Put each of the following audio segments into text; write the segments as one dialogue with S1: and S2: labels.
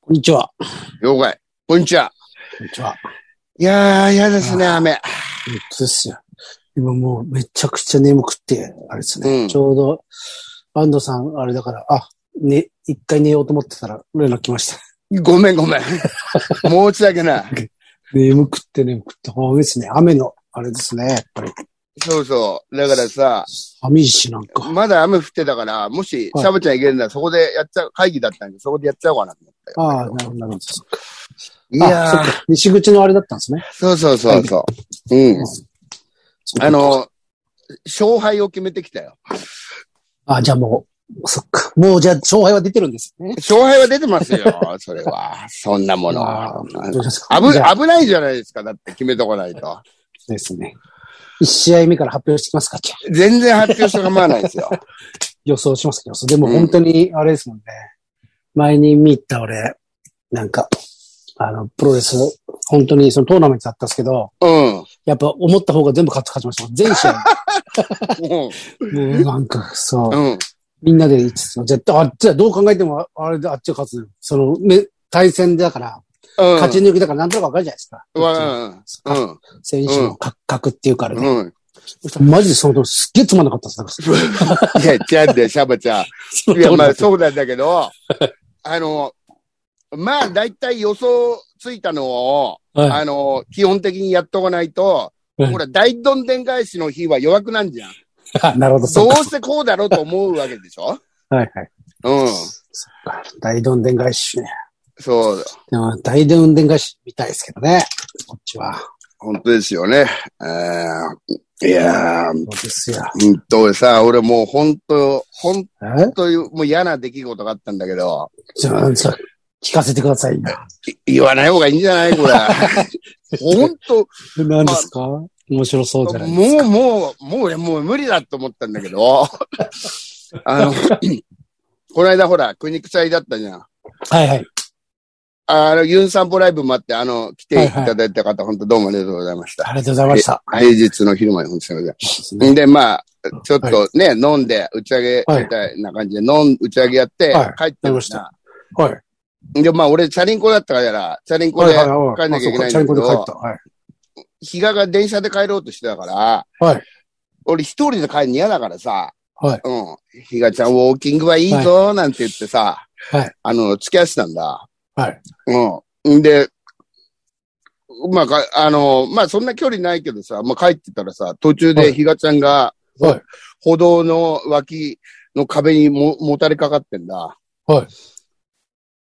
S1: こんにちは。
S2: 了解。こんにちは。
S1: こんにちは。
S2: いやー、嫌ですね、雨。
S1: 本当ですよ。今もうめちゃくちゃ眠くって、あれですね。
S2: うん
S1: ちょうど、安藤さん、あれだから、あ、ね、一回寝ようと思ってたら、連絡来ました。
S2: ごめん、ごめん。 申し訳ない。
S1: 眠くって眠くって、ほうですね。雨の、あれですね。やっぱり、
S2: そうそう。だからさ、
S1: 寒いし、なんか。
S2: まだ雨降ってたから、もし、
S1: はい
S2: サボちゃん行けるならそこでやっちゃう、会議だったんで、そこでやっちゃおうかなと思ったよ。
S1: ああ、なるほど、なるほど。そっか
S2: い
S1: あ
S2: や
S1: そっ
S2: ー、
S1: か西口のあれだったんですね。
S2: そうそうそうそう。うん。あ、の、勝敗を決めてきたよ。
S1: あ、じゃあもう、そっか。もうじゃあ、勝敗は出てるんですね。
S2: 勝敗は出て ますよ、それは。そんなもの
S1: あ
S2: は。
S1: ーどうですか
S2: 危
S1: じゃあ
S2: 危ないじゃないですか、だって決めとかないと。
S1: ですね。一試合目から発表してきますか、じゃあ
S2: 全然発表して構わないですよ。
S1: 予想しますけど、でも本当に、あれですもんね。前に見た俺、なんか、あの、プロレス、本当にそのトーナメントだったんですけど、
S2: うん。
S1: やっぱ思った方が全部勝つ勝ちましたもん。全試 合。もう なんか、そう。
S2: うん。うん。
S1: みんなで言ってた絶対、あっちはどう考えても、あれであっちが勝つ。その、ね、対戦だから、勝ち抜きだからなんとなくわかるじゃないですか。
S2: うん。うん。
S1: 選手の格格っていうからね。
S2: うん。
S1: そしたらマジでその時すっげえつまんなかったです。なんか
S2: いや、ちゃんで、シャバち ゃ
S1: そ
S2: ん。い
S1: の
S2: や、
S1: トーナメ
S2: まあ、
S1: ント
S2: そうなんだけど、 あの、まあ、だいたい予想ついたのを、
S1: はい
S2: あの、基本的にやっとかないと、
S1: はい
S2: ほら、大どんでん返しの日は弱くなんじゃん。
S1: あなるほど、そ
S2: ど
S1: う
S2: う
S1: か。
S2: してこうだろうと思うわけでしょ
S1: はいはい。
S2: うん。
S1: そっか大どんでん返しね。
S2: そう、
S1: でも大どんでん返しみたいですけどね。こっちは。
S2: 本当ですよね。えーいやー、
S1: そうですよ。
S2: 本当さ、俺もう本当、本
S1: え
S2: 当にもう嫌な出来事があったんだけど、
S1: じゃあ、じゃあ聞かせてください。
S2: い言わない方がいいんじゃないこ れ。本当、
S1: 何ですか面白そうじゃないです
S2: もう、もう、もう、もう無理だと思ったんだけ ど、あの、 この間ほら、国臭いだったじゃん。
S1: か。はいはい。
S2: あの、ユン散歩ライブもあって、あの、来ていただいた方、本当どうもありがとうございました。
S1: ありがとうございました。
S2: 平日の昼間に本当にすいません。で、まあ、ちょっとね、飲んで、打ち上げみたいな感じで、飲ん、打ち上げやって、
S1: は
S2: 帰って
S1: やりま
S2: ま
S1: し
S2: したた。
S1: はい。
S2: で、まあ、俺、チャリンコだったから、チャリンコ
S1: はい
S2: で
S1: はいはい。
S2: 帰んなきゃ
S1: あそ
S2: いけないん
S1: う
S2: だけ
S1: かチャリンコで帰っ
S2: ど
S1: た。、はい。
S2: 比嘉が電車で帰ろうとしてたから、
S1: はい
S2: 俺一人で帰るの嫌だからさ、
S1: はい
S2: うん。比嘉ちゃんウォーキングはいいぞ、なんて言ってさ、
S1: はい
S2: あの、付き合ってたんだ。
S1: はい。
S2: うん。んで、まあか、あの、まあそんな距離ないけどさ、まあ帰ってたらさ、途中
S1: は
S2: で
S1: い
S2: 比嘉ちゃんが、
S1: はい
S2: 歩道の脇の壁にももたれかかってんだ。
S1: はい。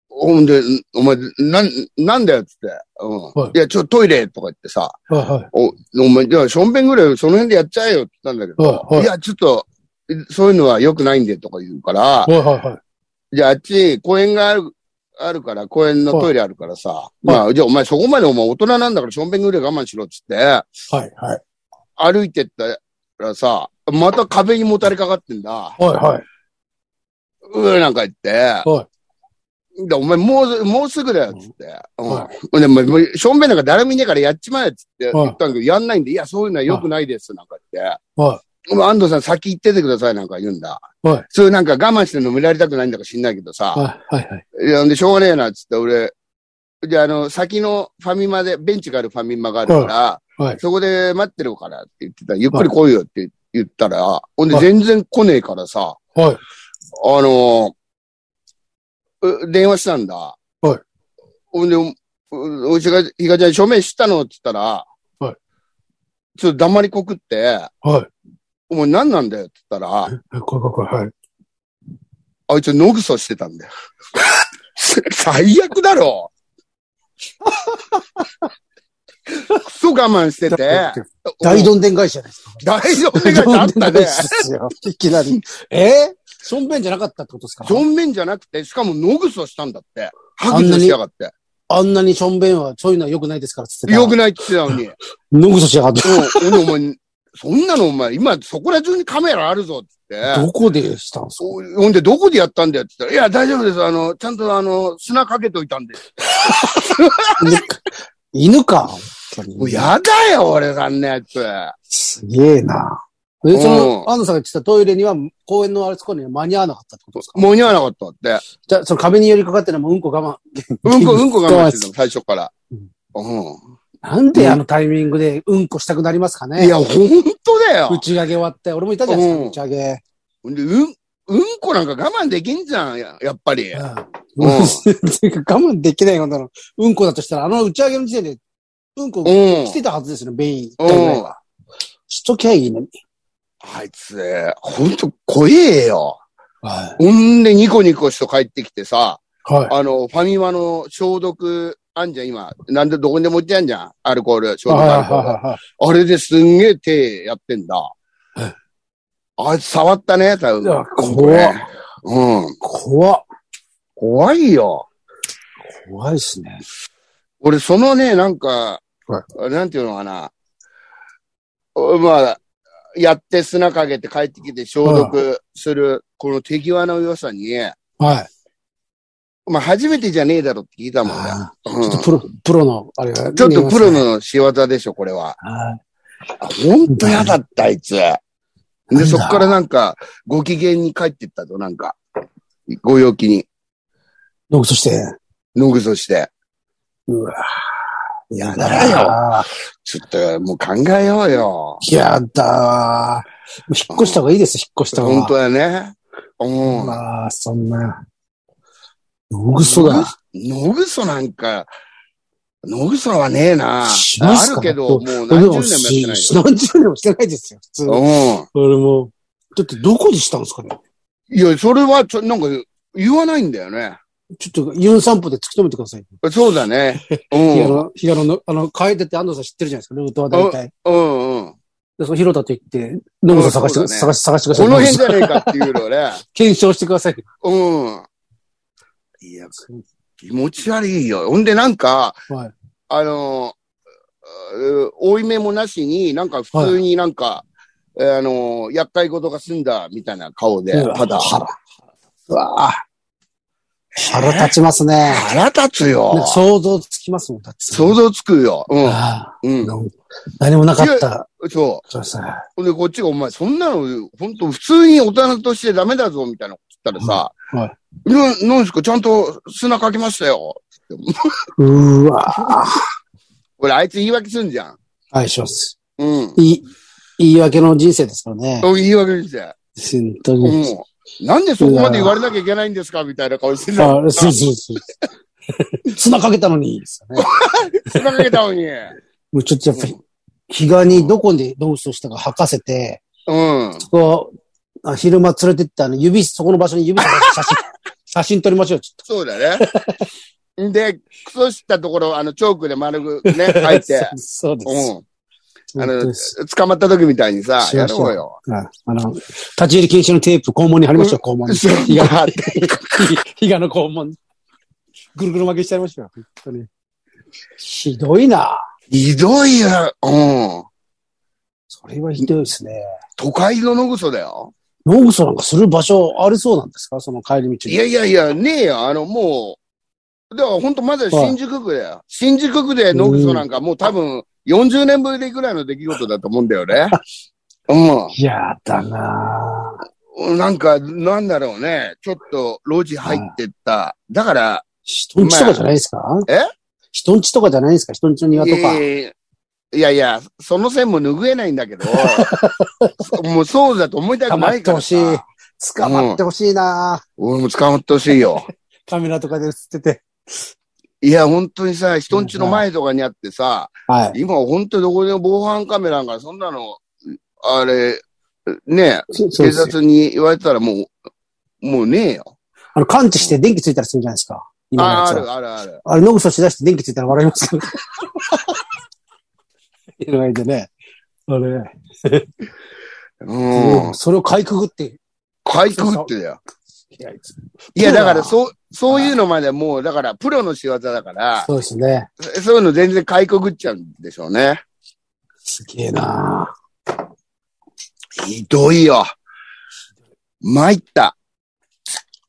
S2: ほんで、んお前、なん、なんだよっつって。うん。
S1: はい
S2: い、や、ちょ、トイレとか言ってさ、
S1: はいはい。
S2: お、お前、じゃあ、ションベンぐらいその辺でやっちゃえよって言ったんだけど、
S1: はい
S2: い、や、ちょっと、そういうのは良くないんでとか言うから、
S1: はいはいはい。
S2: じゃあ、あっち、公園がある、あるから、公園のトイレあるからさ、まあ、じゃあ、お前そこまでお前大人なんだから、ションベンぐらい我慢しろっつって、
S1: はいはい。
S2: 歩いてったらさ、また壁にもたれかかってんだ。
S1: はいはい。
S2: うーなんか言って、
S1: は
S2: で、お前もう、もうすぐだよ、つって。うん。
S1: は
S2: でも、もうションベンなんか誰もいねえからやっちまえ、つって
S1: はい
S2: 言ったんだけど、やんないんで、いや、そういうのは良くないです、なんか言って。
S1: は
S2: まあ安藤さん先行っててくださいなんか言うんだ。
S1: はい
S2: 普通なんか我慢してるの見られたくないんだか知んないけどさ。
S1: はいはいはい。
S2: いや、んでしょうがねえなっつって俺、じゃああの、先のファミマで、ベンチがあるファミマがあるから、
S1: はいはい
S2: そこで待ってるからって言ってた。ゆっくり来いよって言ったら、ほんで全然来ねえからさ、
S1: はい。
S2: あのう電話したんだ。
S1: はい
S2: ほんで、ううちが、ひがちゃん署名したのって言ったら、
S1: はい
S2: ちょっと黙りこくって、
S1: はい。
S2: お前何なんだよって言ったら、
S1: えこれこれこれはい。
S2: あいつノグソしてたんだよ。 最悪だろクソ我慢してて。
S1: 大どんでん返しじゃないですか。
S2: 大丈夫があったね。
S1: いきなり。えーしょんべんじゃなかったってことですか
S2: 正面じゃなくて、しかもノグソしたんだって。白状しやがって。
S1: あんなにしょんべんはそういうのは良くないですからって言ってた。
S2: 良くないって言ってたのに。
S1: のぐそしやがって。
S2: うん、お前、そんなのお前、今そこら中にカメラあるぞってって。
S1: どこでしたんですか
S2: そう、ほんで、どこでやったんだよって言ったら、いや、大丈夫です。あの、ちゃんとあの、砂かけといたんで。
S1: 犬か。犬か。
S2: もうやだよ、俺さんのやつ。
S1: すげえな。え、その、安野さんが言ってたトイレには、公園のあれそこには間に合わなかったってことですか
S2: もうに合わなかったって。
S1: じゃあ、その壁に寄りかかってるのもうんこ我慢。
S2: うんこ、うんこ我慢してたの、最初から。
S1: う
S2: う
S1: なんであのタイミングでうんこしたくなりますか
S2: ん。
S1: ね
S2: いや、ほんとだよ
S1: 打。ち上げ終わって、俺もいたじゃないですか、
S2: うん
S1: 打ち上げ。
S2: でうん、うんこなんか我慢できんじゃん、ややっぱり。
S1: うん。
S2: うん
S1: ていうか我慢できないようなの。うんこだとしたら、あの打ち上げの時点で、うんこ
S2: うん
S1: 来。てたはずですよね、ベイン一回ぐらいは。しときゃいいのに。
S2: あいつ、ほんと怖えよ。
S1: は
S2: ほんで、ニコニコして帰ってきてさ、
S1: い。は
S2: あの、ファミマの消毒、あんじゃん、今。なんで、どこにでも売ってあんじゃん。アルコール、
S1: い。
S2: 消毒
S1: はい
S2: ア
S1: は
S2: ルコール。
S1: いは
S2: あれですんげえ手やってんだ
S1: え。
S2: あいつ触ったね、多分。
S1: いや怖っ
S2: うん
S1: い。。怖っ
S2: 怖いよ。
S1: 怖いっすね。
S2: 俺、そのね、なんか、
S1: は
S2: なんていうのかな。おまあ、やって砂かけて帰ってきて消毒する、この手際の良さに、
S1: はい。
S2: まあ、初めてじゃねえだろって聞いたもんね。
S1: あー
S2: う
S1: ちょ
S2: ん
S1: っとプロ、プロの、あれが、
S2: ちょっとプロ
S1: 見え
S2: の仕業でしょ、これは。
S1: ますね。はい
S2: ほんと嫌だった、あいつ。
S1: なん
S2: で、
S1: だ
S2: そっからなんか、ご機嫌に帰ってったと、なんか。ご陽気に、
S1: どうそして、
S2: のぐそして。
S1: うわぁやだ
S2: やだ
S1: なぁ
S2: ちょっと、もう考えようよ。
S1: やだわぁ引っ越した方がいいです、引っ越した方が。
S2: 本当だね。うん。
S1: まあ、そんな。ノグソだ。
S2: のぐそなんか、のぐそはねえな。
S1: しま
S2: あ
S1: すか
S2: るけど、もう
S1: 俺
S2: 何
S1: も
S2: 十年もやって
S1: し何十年もしてないですよ、普通
S2: ない。。う
S1: 俺も。だってどこでしたんですかね
S2: ん。いや、それはちょ、なんか、言わないんだよね。
S1: ちょっと、ユン散歩で突き止めてください。
S2: そうだね。 う
S1: 平
S2: ん。
S1: 野、平野の、あの、変えてって安藤さん知ってるじゃないですか、ルートは大体。
S2: うんうん。
S1: で、その広田と行って、ノグソ探して、
S2: そうだね
S1: 探し、探してくだ
S2: こ
S1: さい。
S2: の
S1: ノ
S2: 辺
S1: グソ
S2: じゃねえかっていうのね。
S1: 検証してください。
S2: うん。いや、気持ち悪いよ。ほんで、なんか、
S1: はい
S2: あの、う追い目もなしに、なんか普通になんか、えーあの、厄介事が済んだみたいな顔で、
S1: うわ
S2: ただ、
S1: 腹。うわぁ腹立ちますね。
S2: 腹立つよ
S1: なんか。想像つきますもん、だって。
S2: 想像つくよ。う
S1: あ
S2: ん。
S1: あ
S2: う
S1: の何もなかった。
S2: ん。そ
S1: そうですね。
S2: う。ほんで、こっちが、お前、そんなの、本当普通に大人としてダメだぞ、みたいなこと言ったらさ、
S1: うんは
S2: な、なんですか、ちゃんと砂かけましたよ。
S1: うーわぁ
S2: 俺、あいつ言い訳すんじゃん。
S1: はい、します。
S2: うん。
S1: いい、言い訳の人生ですからね。
S2: そう言い訳して。
S1: 本当に。
S2: うん。なんでそこまで言われなきゃいけないんですかみたいな顔してた。
S1: あ、そうそうそう。 砂かけたのに、ですよね。
S2: 砂かけたのに。う
S1: もうちょっとやっぱり、日がにどこでどうしたか吐かせて、
S2: ん。
S1: そこあ昼間連れてって、あの、指、そこの場所に指さして写真、 写真撮りましょう、ちょ
S2: そうだね。で、クソしたところ、あの、チョークで丸く ね、書い
S1: っと。
S2: て。
S1: そうそうです。
S2: う
S1: 本当です
S2: ん。捕まった時みたいにさ、
S1: し
S2: や
S1: ましょう
S2: ろうよ。
S1: はいあの、立ち入り禁止のテープ、肛門に貼りましょう、肛門に。
S2: い
S1: 日
S2: や
S1: が、、日がの肛門に。ぐるぐる巻きしちゃいましたよ、本当に。ひどいな
S2: ひどいよ。うん。
S1: それはひどいですね。
S2: 都会の野草だよ。
S1: ノグソなんかする場所ありそうなんですかその帰り道
S2: い
S1: に。
S2: やいやいや、ねえよ。あの、もう、だから本当まだ新宿区だよ。新宿区で野草なんかもう多分40年ぶりぐらいの出来事だと思うんだよ ね。うん。
S1: いやだなぁ
S2: なんか、なんだろうね。ちょっと、路地入ってった。だから、
S1: 人んちとかじゃないですか、
S2: え
S1: 人んちとかじゃないですか人んちの庭とか。
S2: えーいやいや、その線も拭えないん だけど、そもうそうだと思いたく
S1: 捕ま
S2: な
S1: っ
S2: い
S1: て
S2: か
S1: ほ
S2: ら
S1: し
S2: さ。
S1: い。捕まってほしいなぁ、
S2: 俺も捕まってほしいよ。
S1: カメラとかで映ってて。
S2: いや、本当にさ、人んちの前とかにあってさ、
S1: はい。
S2: 今本当どこでも防犯カメラがそんなの、あれ、ね
S1: そそう
S2: 警
S1: ですよ。
S2: 察に言われたらもう、もうねえよ。
S1: あの、感知して電気ついたりするじゃないですか。今のや
S2: あ、あ
S1: つは。
S2: るあるある。
S1: あれ、ノグソしだして電気ついたら笑います けど。いる間ね。あれ、
S2: うん。
S1: それをかいくぐって。
S2: かいくぐってだよ。
S1: いやいつ
S2: いや、だから、そう、そういうのまでもう、だから、プロの仕業だから、
S1: そうですね。
S2: そそういうの全然かいこぐっちゃうんでしょうね。
S1: すげえなぁ
S2: ひどいよ。参った。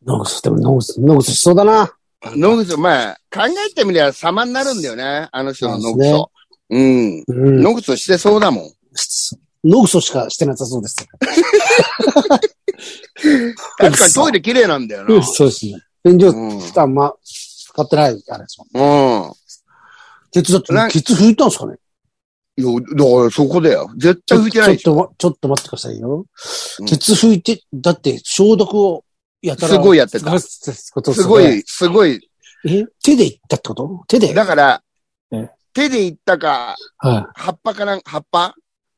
S1: ノグソ、でもノグソ、ノグソしそうだな
S2: 野口、まあ、考えてみりゃ様になるんだよね。あの人の野
S1: そうです
S2: 口。うん。
S1: うん。
S2: 野口してそうだもん。
S1: しノグソしかしてなさそうです。
S2: 確かにトイレ綺麗なんだよな。
S1: そうですね。便所、
S2: うん
S1: あんま使ってないあれですもん。
S2: うん。
S1: ケツだ
S2: な
S1: って、ケツ拭いたんですかね
S2: いや、だからそこだよ。絶対拭いてないでし
S1: ちょっとま、ちょっと待ってくださいよ
S2: うん。
S1: 鉄拭いて、だって消毒をやたら。
S2: すごいやってた
S1: 出すこと
S2: ょ。
S1: す
S2: す
S1: ご
S2: ご
S1: い。
S2: い、すごい。
S1: え手で行ったってこと手で。
S2: だから
S1: え、
S2: 手で行ったか、
S1: は
S2: 葉っぱかなん、葉っぱ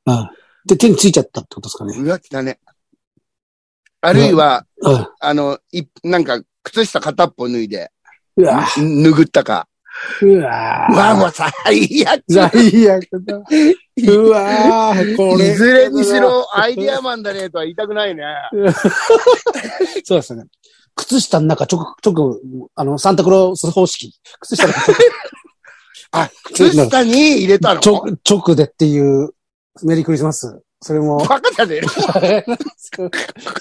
S1: い。はい。で、手についちゃったってことですかね。
S2: うわ、汚ね。あるいは、
S1: は
S2: あの、い、なんか、靴下片っぽ脱いで、
S1: い。うわぁ
S2: 拭ったか。
S1: うわ
S2: うわ、
S1: ぁ
S2: もう最悪。
S1: 最悪だ。うわぁこ
S2: い
S1: れ。
S2: ずれにし。ろ、アイディアマンだねとは言いたくないね。
S1: そうですね。靴下の中、ちょく、ちょく、あの、サンタクロース方式。靴下の中、
S2: あ、靴下に入れた の
S1: ちょく、ちょくでっていう、メリークリスマス。それ も、
S2: バカだね。
S1: あれなんですか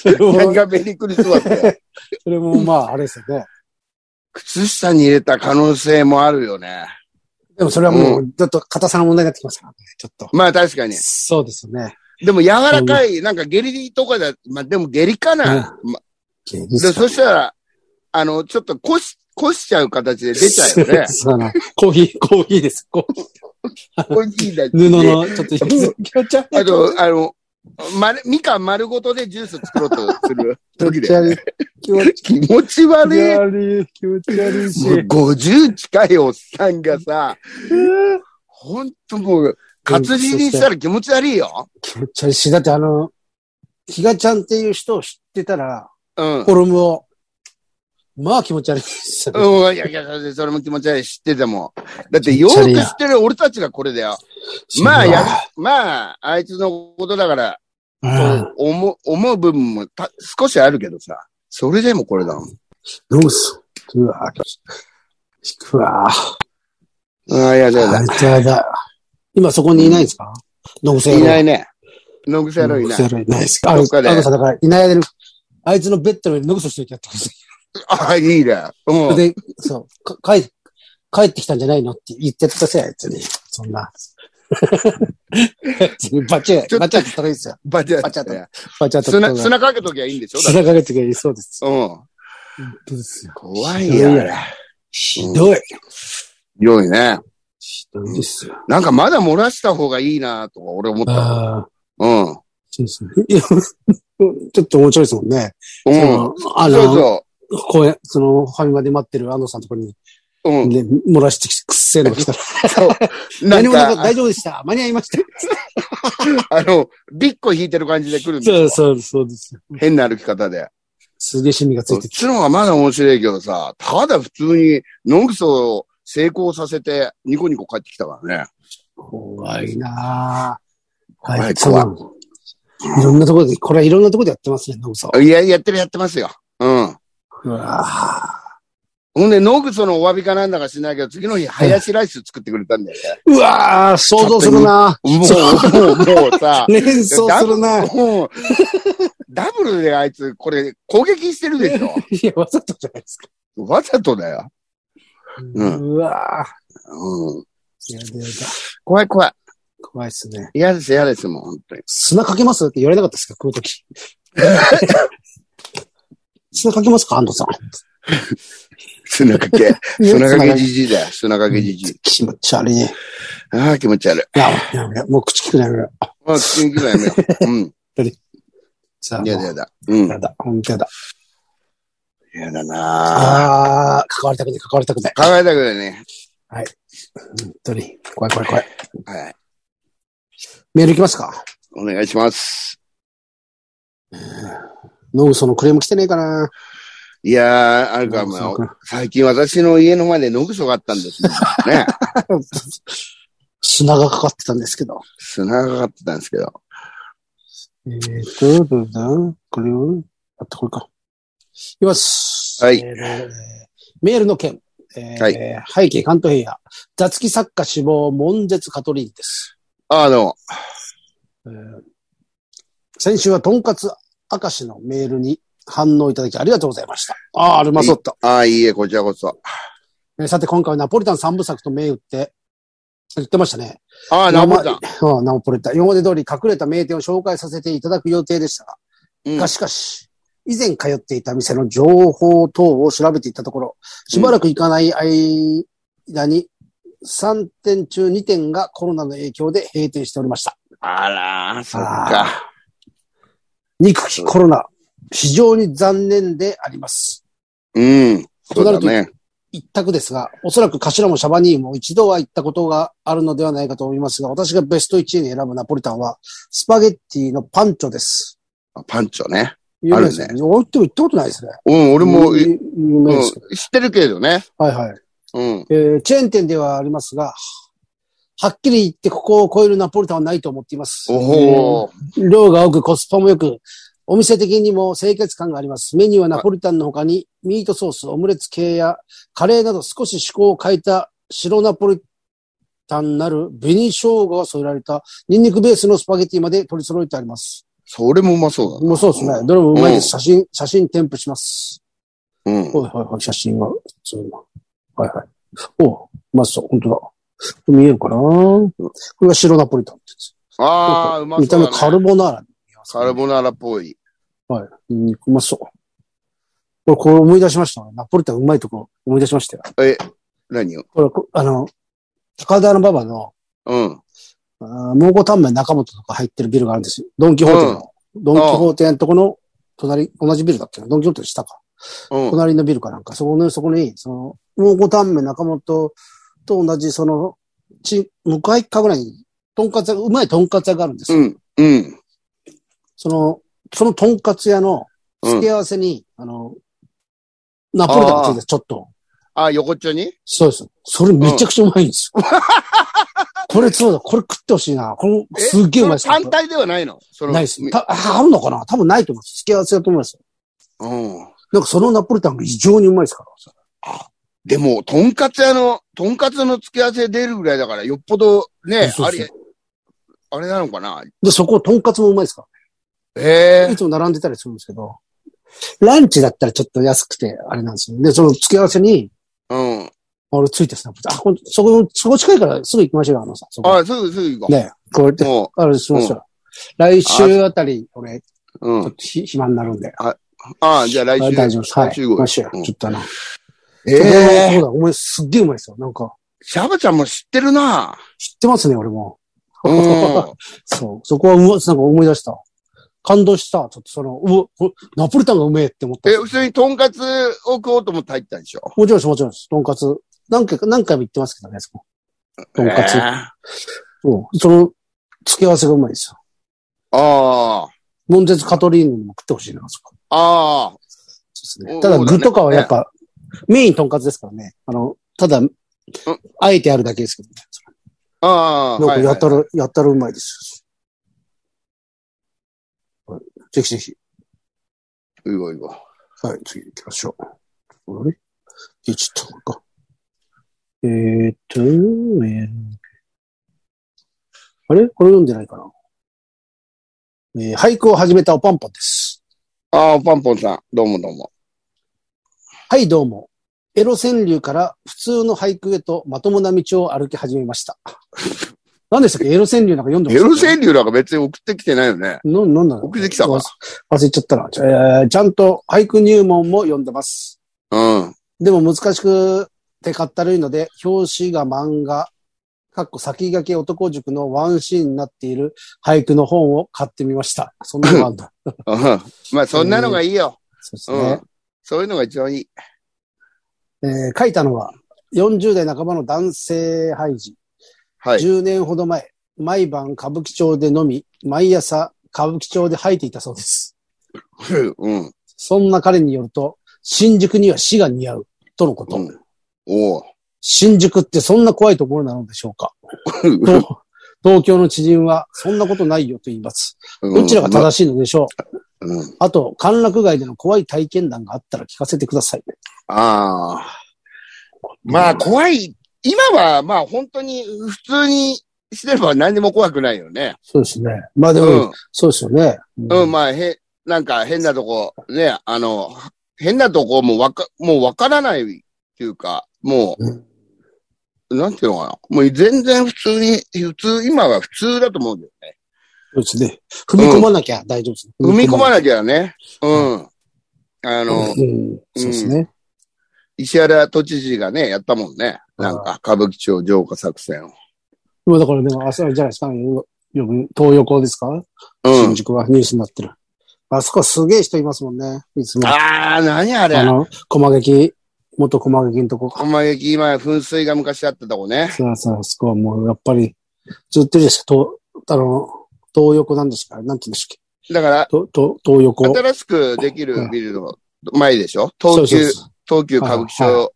S1: それも
S2: 何がメリークリスマスだよ
S1: それもまあ、あれですよね。
S2: 靴下に入れた可能性もあるよね。
S1: でもそれはもう、ちょっと硬さの問題になってきますからね、ちょっと。
S2: まあ確かに。
S1: そうですよね。。
S2: でも柔らかい、なんか下痢とかだ、まあでも下痢かな。までそしたら、あの、ちょっとこし、こしちゃう形で出ちゃうよね
S1: そうなのコーヒー、 コーヒーです。コーヒー
S2: こういう形で
S1: 布の、ちょっと、気持ち悪い
S2: あと、あの、まる、みかん丸ごとでジュース作ろうと する
S1: 気持
S2: 時
S1: ち
S2: で。
S1: 悪い。気持ち
S2: 気持ち悪い。も
S1: 悪い。気持ち悪いう
S2: 50近いおっさんがさ、ほんともう、活字にしたら気持ち悪いよ。
S1: 気持ち悪いし、だってあの、ひがちゃんっていう人を知ってたら、
S2: うん。
S1: フォルムを、まあ気持ち悪いですよね。
S2: うん、いやいや、それも気持ち悪い。知ってても。だって、よーく知ってる俺たちがこれだよ。まあ、やる、まあ、あいつのことだから、
S1: うん。
S2: 思う、思う部分もた少しあるけどさ。それでもこれだもん。
S1: どうすうわぁ。うわぁ。
S2: ああ、いや、いや、いや
S1: あいつはだ。今そこにいないんですかノブセ。
S2: いないいね。ノグセ野郎い
S1: ノ
S2: な
S1: グセ
S2: い。
S1: 野郎いないですかあの、
S2: どっかで
S1: あのさ、だから、いない間に、あいつのベッドの上にノグソしておいてやったんです
S2: ああ、いいね。う
S1: よ。
S2: ん。
S1: で、そう、か帰、帰ってきたんじゃないのって言ってやったせい、あいつに。そんな。 バチ
S2: ちょ
S1: ャ、バチャってったらいいですよ。
S2: バチャ
S1: バチャ
S2: ッ
S1: とバチャってったら
S2: 砂、。砂かけときゃいいんでしょだって
S1: 砂かけてくれそうです。
S2: うん。
S1: 本当ですよ。
S2: 怖いよ、あれ。
S1: ひどい。
S2: 良いね。
S1: ひどいですよ。
S2: なんかまだ漏らした方がいいなとか俺思った。
S1: ああ、
S2: うん。
S1: そうですね。いや ちょっと面白いですもんね。
S2: うん。
S1: そのあ
S2: そう
S1: の、
S2: そ
S1: 公園、その、ファミマで待ってる安藤さんのところに、
S2: う。うん。
S1: で、漏らしてきて、くっせえのが来たら、
S2: な
S1: 何
S2: ん
S1: もなかっ
S2: か
S1: た、、大丈夫でした。間に合いました。
S2: あの、ビッコ引いてる感じで来る ん
S1: そう
S2: で
S1: そう、そうですよ。
S2: 変な歩き方で。
S1: すげえ趣味がつ
S2: そっ
S1: いてき
S2: ちの方がまだ面白いけどさ、ただ普通にノンクソを成功させてニコニコ帰ってきたからね。
S1: 怖いなぁ。
S2: 怖い
S1: はい、そうなの。いろんなところで、これはいろんなところでやってますね、ノブさん。
S2: いや、やってるやってますよ。うん。
S1: うわぁ
S2: ほんで、ノグソのお詫びかなんだかしないけど、次の日、ハヤシライス作ってくれたんだよね。
S1: うわぁ想像するな
S2: もう、もう、もうさ
S1: ぁ、連想するなぁ
S2: もう、ダブルであいつ、これ、攻撃してるでしょ。
S1: いや、わざとじゃないですか。
S2: わざとだよ。うん
S1: うわぁ
S2: うん。
S1: やだやだ。
S2: 怖い怖い。
S1: 怖いっすね。
S2: 嫌です、嫌です、もう、本当に。
S1: 砂かけますって言われなかったですか食うと き。砂かけますか安藤さん。
S2: 砂 かけ、砂かけじじいだよ、砂かけじじい。
S1: 気持ち悪い。や
S2: ああ、気持ち悪い。
S1: ばいやばい。もう口きくなる。
S2: まあ、次ぐらいやめよ う。うん。
S1: さあ、
S2: 嫌だ、
S1: も
S2: 嫌だ。うん
S1: う。やだ。本当やだ。
S2: 嫌だなぁ。
S1: ああ、関わりたくない、関わりたくない。
S2: 考えたくないね。
S1: 本当に。怖い怖い怖い。
S2: はい。
S1: メールいきますか
S2: お願いします。
S1: ノグソのクレーム来てねえかない
S2: やー、あるか
S1: ノグソの
S2: も
S1: ク。レーム
S2: 最近私の家の前でノグソがあったんですよね。
S1: 砂がかかってたんですけど。
S2: 砂がかかってたんですけど。
S1: えーと、どうだこれを、あったこれか。いきます。
S2: はい
S1: えーえーメールの件。えー
S2: は
S1: 背景関東平野。雑記作家志望、門絶カトリーンです。
S2: ああ、どうも。
S1: えー先週はとんかつ明石のメールに反応いただきありがとうございました。ああ、アルマソット。
S2: ああ、いいえ、こちらこそ。
S1: えーさて今回はナポリタン三部作と銘打って、言ってましたね。
S2: ああ、ナポリタン。
S1: うん、ナポリタン。今まで通り隠れた名店を紹介させていただく予定でしたが、
S2: うん
S1: がしかし、以前通っていた店の情報等を調べていたところ、しばらく行かない間に、3店中2店がコロナの影響で閉店しておりました。
S2: あらー、そっか。
S1: 憎きコロナ、非常に残念であります。
S2: うん。そうだ
S1: とな
S2: ね。
S1: 一択ですが、おそらく頭もシャバニーも一度は行ったことがあるのではないかと思いますが、私がベスト1位に選ぶナポリタンは、スパゲッティのパンチョです。
S2: あパンチョね。
S1: 有名ですね。俺っても行ったことないですね。
S2: うん、俺も、
S1: 有
S2: い
S1: 有名
S2: う
S1: で
S2: ん
S1: すけ
S2: 知ってるけどね。
S1: ど。はいはい。
S2: うん。
S1: えーチェーン店ではありますが、はっきり言ってここを超えるナポリタンはないと思っています。
S2: おほー。
S1: 量が多くコスパも良く、お店的にも清潔感があります。メニューはナポリタンの他に、ミートソース、オムレツ系やカレーなど少し趣向を変えた白ナポリタンなる紅生姜が添えられたニンニクベースのスパゲティまで取り揃えてあります。
S2: それもうまそうだ
S1: もうそうですね。どれもうまいです。写真、写真添付します。
S2: な。うん。
S1: はいはいはい、写真は、普通の。はいはい。おうまそう、本当だ。見えるかなこれが白ナポリタンってやつ
S2: ああ、うまそう
S1: 見た
S2: だ、
S1: 目
S2: ね。
S1: カルボナーラに見えますね
S2: カルボナーラっぽい。
S1: はい。ニンニクうまそう。これ、これ思い出しましたね。ナポリタンうまいとこ思い出しましたよ。
S2: 何よ。
S1: これ、こあの、高田の馬場の、
S2: うん。
S1: あー蒙古タンメン中本とか入ってるビルがあるんですよ。ドンキホーテの。ドンキホーテのとこの、隣、同じビルだっけなドンキホーテの下か。
S2: うん。
S1: 隣のビルかなんか。そこの、そこに、その、蒙古タンメン中本と同じ、その、ち、向かいっかぐらいに、とんかつ屋、うまいとんかつ屋があるんです
S2: う
S1: よ。
S2: ん。うん。
S1: その、そのとんかつ屋の
S2: う
S1: 付
S2: ん。
S1: け合わせに、あの、ナポリタンがついてるちょっと。
S2: あ、横っちょに
S1: そうです。それめちゃくちゃうまいんですよ。 これそうだ、これ食ってほしいな。この、
S2: え
S1: すっげえうまいです。
S2: それ単体ではないのその
S1: ないです。
S2: み
S1: た、ああるのかな多分ないと思います。付け合わせだと思いますよ。
S2: うん。
S1: なんかそのナポリタンが異常にうまいですから。
S2: でも、とんかつ屋の、とんかつの付け合わせ出るぐらいだから、よっぽどね、
S1: そう
S2: あ
S1: そう
S2: れ、あれなのかな
S1: で、そこ、とんかつもうまいですか
S2: え
S1: ら。
S2: え
S1: いつも並んでたりするんですけど、ランチだったらちょっと安くて、あれなんですよ。で、その付け合わせに、
S2: うん。
S1: 俺ついてるナポリタン。あ、こそこ、そこ近いからすぐ行きましょうよ、あのさん。そこ
S2: あ、すぐ、すぐ行こ
S1: ね、これ
S2: う。
S1: で、
S2: も
S1: あれしましょう。来週あたり、俺、ち
S2: う、う
S1: ょっ
S2: ん。
S1: とひ暇になるんで。
S2: あじゃあ来
S1: あ
S2: 週。
S1: 大丈夫です。はい。
S2: 来週号
S1: 来週
S2: うん
S1: ちょっとあの、
S2: え
S1: えそ
S2: え
S1: うだ、お前すっげえうまいですよ。なんか、
S2: シャバちゃんも知ってるな
S1: 知ってますね、俺も。
S2: うん。
S1: そう。そこはうま、なんか思い出した。感動した。ちょっとその、うわこ、ナポリタンがうめえって思ったんで
S2: え、
S1: すよ。
S2: 普通にとんかつを食おうと思って入ったんでしょ
S1: もちろんです、もちろんです。とんかつ。何回か、何回も言ってますけどね、そこ。とんかつ。
S2: ええあ
S1: うん。その、付け合わせがうまいですよ。
S2: あ、
S1: モンゼツカトリーヌにも食ってほしいな、そこ。
S2: ああ、
S1: そうです
S2: お
S1: ね。ただ、
S2: そうだね
S1: 具とかはやっぱ、メインとんかつですからね。あの、ただ、あえてあるだけですけどね。
S2: あ
S1: な
S2: あ、
S1: んかやた
S2: はいはい
S1: ら、やったらうまいですよ。はいぜひぜひ。
S2: うごうご。
S1: はい、次行きましょう。あれえ、ちょっと待って、えーっと、えーあれこれ読んでないかなえー俳句を始めたおパンパンです。
S2: ああ、パンポンさん、どうもどうも。
S1: はい、どうも。エロ川柳から普通の俳句へとまともな道を歩き始めました。 何でしたっけエロ川柳なんか読んで
S2: エロ川柳なんか別に送ってきてないよね。
S1: な、なんだろう
S2: 奥関さんは
S1: 忘れちゃったな。ちゃ,、えーちゃんと俳句入門も読んでます。
S2: うん。
S1: でも難しくてかったるいので、表紙が漫画、かっこ先駆け男塾のワンシーンになっている俳句の本を買ってみました。そんなのあんだ。
S2: うんまあ、そんなのがいいよ。
S1: そう
S2: う
S1: で
S2: ん。そういうのが一番いい。
S1: すね。えー書いたのは、40代半ばの男性俳人。
S2: はい。
S1: 10年ほど前、毎晩歌舞伎町で飲み、毎朝歌舞伎町で吐いていたそうです。
S2: うん。
S1: そんな彼によると、新宿には死が似合う、とのこと。
S2: うんおう。
S1: 新宿ってそんな怖いところなのでしょうか
S2: うん
S1: と東京の知人は、そんなことないよと言います。どちらが正しいのでしょう、
S2: うん。
S1: あと、歓楽街での怖い体験談があったら聞かせてください。
S2: ああ。まあ、怖い。今は、まあ、本当に、普通にしてれば何にも怖くないよね。
S1: そうですね。まあで
S2: う
S1: も、
S2: ん。
S1: そうですよね。
S2: う
S1: うん
S2: ん、まあ、へ、なんか変なとこ、ね、あの、変なとこもわか、もうわからないっていうか、もう、なんていうのかな。もう全然普通に、普通、今は普通だと思うんだよね。
S1: そうですね。踏み込まなきゃ大丈夫ですね。
S2: 踏み込まなきゃね。うん。あ
S1: う
S2: の、
S1: ん、そうですね。
S2: 石原都知事がね、やったもんね。なんか、歌舞伎町浄化作戦を。
S1: でもだからでも、あそこじゃないですか。よく、東横ですか、
S2: うん
S1: 新。宿はニュースになってる。あそこすげえ人いますもんね。いつも。あ
S2: あー、何あれ。
S1: の、駒劇、元駒劇のとこ。
S2: 浜駅、今、噴水が昔あったとこね。
S1: そうそう、あそこはもうやっぱり、ずっとですよ。東、あの、東横なんですかなんて言うんですっけ
S2: だから、
S1: とと東横。
S2: 新しくできるビルの前でしょ東
S1: そうそ
S2: 急
S1: う、そう
S2: 東急歌舞伎町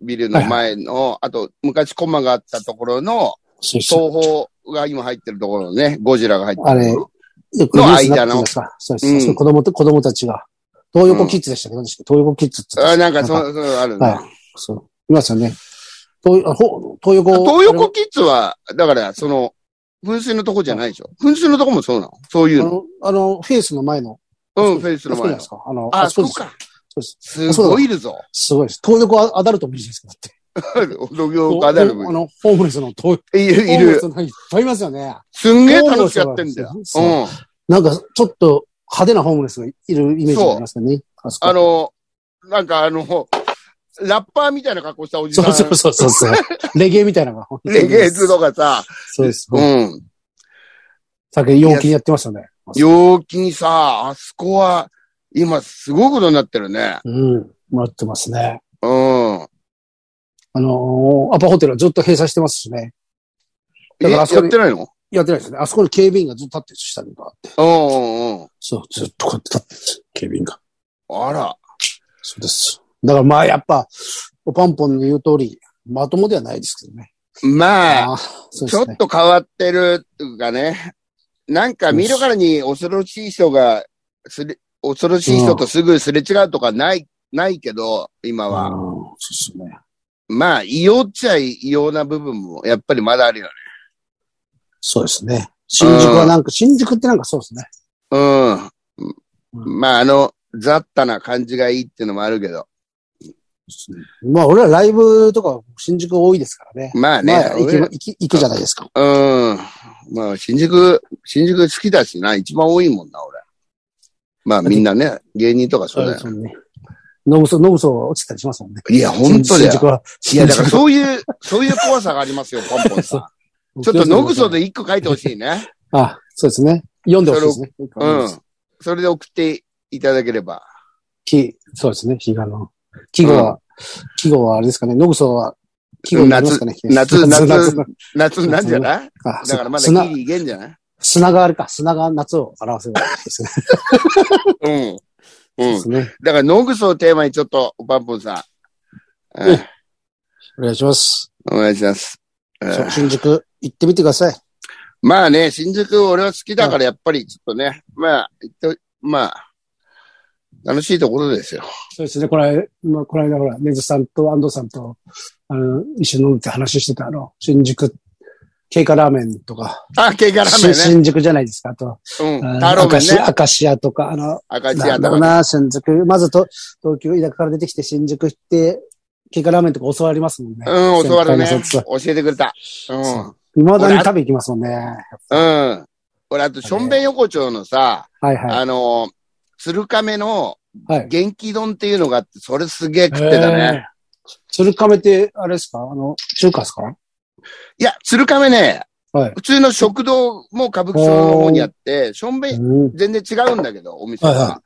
S2: ビルの前の、あと、昔コマがあったところの、
S1: そうそう
S2: 東宝が今入ってるところのね、ゴジラが入ってる。
S1: あれ、よくニュースになってますかそうです、
S2: うん
S1: そう子供と、子供たちが。東
S2: う
S1: 横
S2: ん
S1: キッズでしたね。何でしたっけ東横キッズって言っ
S2: あ、
S1: て
S2: な
S1: た
S2: んか、そう、そう、あるね。
S1: はい。そう。いますよね。東あほ東横。
S2: 東横キッズは、だから、その、噴水のとこじゃないでしょ噴水のとこもそうなのそういう
S1: あ
S2: の。
S1: の、あの、フェイスの前の。
S2: うん、フェイスの
S1: あそこじゃ
S2: 前
S1: ない
S2: の
S1: で。すか。あの、
S2: あ、そ
S1: で
S2: う
S1: す。
S2: か。
S1: そうです。
S2: すごいい るぞ。
S1: すごいです。東横アアダルトもいいじゃないですか。だって。
S2: 東京アダル
S1: あ
S2: ト
S1: の、ホームレスの東
S2: いる、い
S1: ホームレ
S2: る
S1: ス。のいっぱいいますよね。
S2: すんげえ楽しくやってんだよ。。
S1: そううそうんなんか、ちょっと派手なホームレスがいるイメージがありますよね。あそこ
S2: あの、なんかあの、ラッパーみたいな格好したおじさん。
S1: そうそうそうそう そう。レゲエみたいなのが。
S2: レゲエズとかさ、
S1: そうです。
S2: うん。
S1: さっき陽気にやってましたね。
S2: 陽気にさ、あそこは、今すごいことになってるね。
S1: うん。待ってますね。
S2: うん。
S1: あのーアパホテルはずっと閉鎖してますしね。だか
S2: え、や
S1: らあ
S2: っ
S1: そこに
S2: てないの
S1: やってないですね。あそこに警備員がずっと立ってしたりとかあって。
S2: うんうんうん。
S1: そう、ずっとこうやって立って、警備員が。
S2: あら。
S1: そうです。だからまあやっぱ、おパンポンの言う通り、まともではないですけどね。
S2: まあ、
S1: ああ、そう
S2: ち
S1: で
S2: ょ
S1: す
S2: っ
S1: ね。
S2: と変わってるっていうかね。なんか見るからに恐ろしい人が、すれ、恐ろしい人とすぐすれ違うとかない、ないけど、今
S1: ああ
S2: は。
S1: そうですね。
S2: まあ、異様っちゃ異様な部分も、やっぱりまだあるよね。
S1: そうですね。新宿はなんか、新宿ってなんかそうですね。
S2: うん。まあ、あの、雑多な感じがいいっていうのもあるけど。
S1: まあ俺らライブとか新宿多いですからね。
S2: まあね
S1: まあ、行
S2: 俺
S1: けば
S2: ら
S1: 行き、行くじゃないですか。
S2: うん。まあ、新宿、新宿好きだしな、一番多いもんな、俺。まあ、みんなね、芸人とかそうだよ。
S1: よね。ノブソ、ノブソ落ちたりしますもんね。
S2: いや、本当だ
S1: 新宿
S2: よ。
S1: は。
S2: いや、だからそういう、そういう怖さがありますよ、ポンポン さん。ちょっとノグソ。で一個書いてほしいね。
S1: あ、そうですね。読んでほしいですね。
S2: うん。それで送っていただければ。
S1: き、そうですね。日がの。季語は、季語はあれですかね。ノブソは、季語になりますかね。
S2: 夏夏夏
S1: 夏。
S2: 夏なんじゃない
S1: あ
S2: だからまだギ
S1: 砂、
S2: リいけんじゃない
S1: 砂があるか。砂が夏を表せばいいです ね。
S2: う
S1: そう
S2: ん。う
S1: で
S2: ん。
S1: すね。
S2: だから、ノグソをテーマにちょっと、パンポンさん。
S1: うん
S2: うん
S1: お願いします。
S2: お願いします。うん
S1: そう新宿、行ってみてください。
S2: まあね、新宿俺は好きだからやっぱりちょっとね、まあ、行ってまあ、楽しいところですよ。
S1: そうですね。これ、まあ、この間ほら、根津さんと安藤さんと、あの、一緒に飲んで話してた、あの、新宿、経過ラーメンとか、
S2: あ、経過ラーメ
S1: 新
S2: ンね。
S1: 新宿じゃないですか、あと。
S2: うん。
S1: あの
S2: タロ
S1: 明
S2: ー
S1: 石
S2: メンね。
S1: 明石屋とか、あの、
S2: 赤字
S1: な
S2: 屋
S1: んだ
S2: と
S1: ろう
S2: か。
S1: な、新宿。まずと、東京、田舎から出てきて新宿行って、経過ラーメンとか教わりますもんね。
S2: うん、教わるね。
S1: 先輩の
S2: 教
S1: 人
S2: えてくれた。う
S1: たち
S2: ん
S1: は。そう未だに食べ行きますもんね。
S2: うん。俺、あと、しょんべん横丁のさ、
S1: はいはい。
S2: あの、鶴亀の
S1: はい。
S2: 元気丼っていうのがあって、それすげえ食ってたね。
S1: えー。鶴亀って、あれですかあの、中華ですか
S2: いや、鶴亀ね、
S1: はい
S2: 普通の食堂も歌舞伎町の方にあって、しょんべん
S1: うん。
S2: 全然違うんだけど、お店
S1: はいは
S2: は。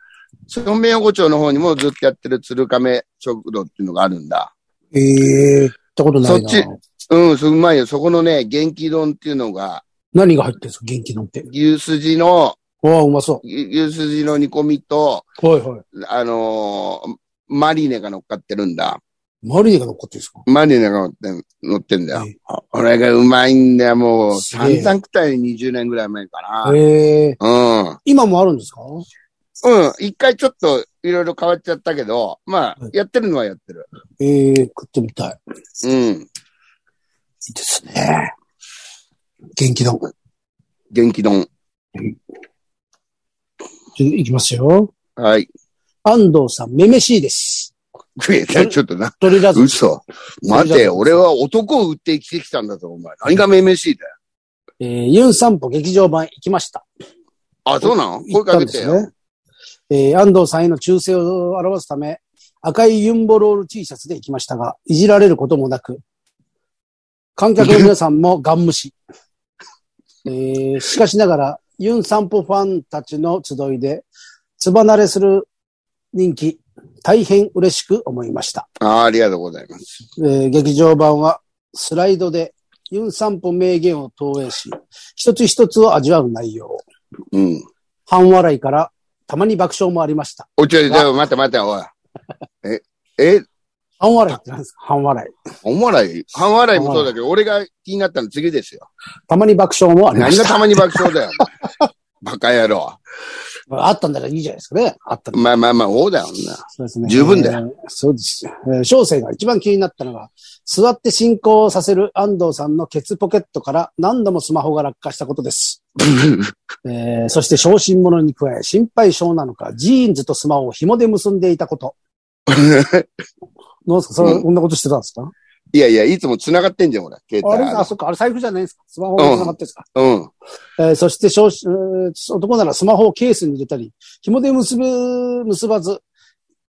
S2: しょんべん横丁の方にもずっとやってる鶴亀食堂っていうのがあるんだ。
S1: ええー、ったことないな。
S2: そっちうん、すごいうまいよ。そこのね、元気丼っていうのが、
S1: 何が入ってるんですか元気丼って。
S2: 牛すじの、
S1: わあ、うまそ
S2: 牛牛すじの煮込みと、
S1: う。はいはい。
S2: あのーマリネが乗っかってるんだ。
S1: マリネが残ってるんですか
S2: マリネが乗って、乗ってんだよ
S1: え。
S2: これがうまいんだよ、もう。
S1: すげえ
S2: 散々食ったより20年ぐらい前か
S1: ええ
S2: な。うん。
S1: 今もあるんですか
S2: うん。一回ちょっといろいろ変わっちゃったけど、まあ
S1: はい、
S2: やってるのはやってる。
S1: ええ食ってみたい。い
S2: うん。
S1: いですね。元気丼。
S2: 元気丼。
S1: いきますよ。
S2: はい。
S1: 安藤さん、めめしいです。
S2: 食えた、ちょっと な。
S1: ドリラズ。
S2: 嘘。待て、俺は男を売って生きてきたんだぞ、お前。何がめめしいだよ。
S1: えー、ユン散歩劇場版行きました。
S2: あ、そうなの
S1: 行
S2: 声
S1: った
S2: か
S1: ん
S2: け
S1: で
S2: て
S1: す
S2: よ。
S1: ね。えー、安藤さんへの忠誠を表すため、赤いユンボロール T シャツで行きましたが、いじられることもなく、観客の皆さんもガン無視。えー、しかしながら、ユン散歩ファンたちの集いで、つば慣れする人気、大変嬉しく思いました。
S2: あありがとうございます。
S1: えー劇場版はスライドでユン散歩名言を投影し、一つ一つを味わう内容。
S2: うん。
S1: 半笑いからたまに爆笑もありました。
S2: おいちょい、ちょい、待って待って、おい。え、え、
S1: 半笑いって何ですか半笑い。
S2: おもらい半笑いもそうだけど、俺が気になったの次ですよ。
S1: たまに爆笑もありま
S2: 何
S1: し
S2: が
S1: た。
S2: たまに爆笑 だよ、お前バカ野郎。
S1: あったんだからいいじゃないですかね。あったんだ。
S2: まあまあまあ、おうだよ、そんな。
S1: そうですね。
S2: 十分だ
S1: よ。そうですよ。えー小生が一番気になったのが、座って進行をさせる安藤さんのケツポケットから何度もスマホが落下したことです。えーそして小心者に加え、心配性なのか、ジーンズとスマホを紐で結んでいたこと。どうですかそれ、
S2: うん
S1: こんなことしてたんですか
S2: いやいや、いつも繋がってんじゃん、俺。携
S1: あれ
S2: 帯。
S1: あ、そっか、あれ財布じゃないですかスマホが繋がってるんですか、
S2: うん。
S1: えーそして少子、えー男ならスマホをケースに入れたり、紐で結ぶ、結ばず、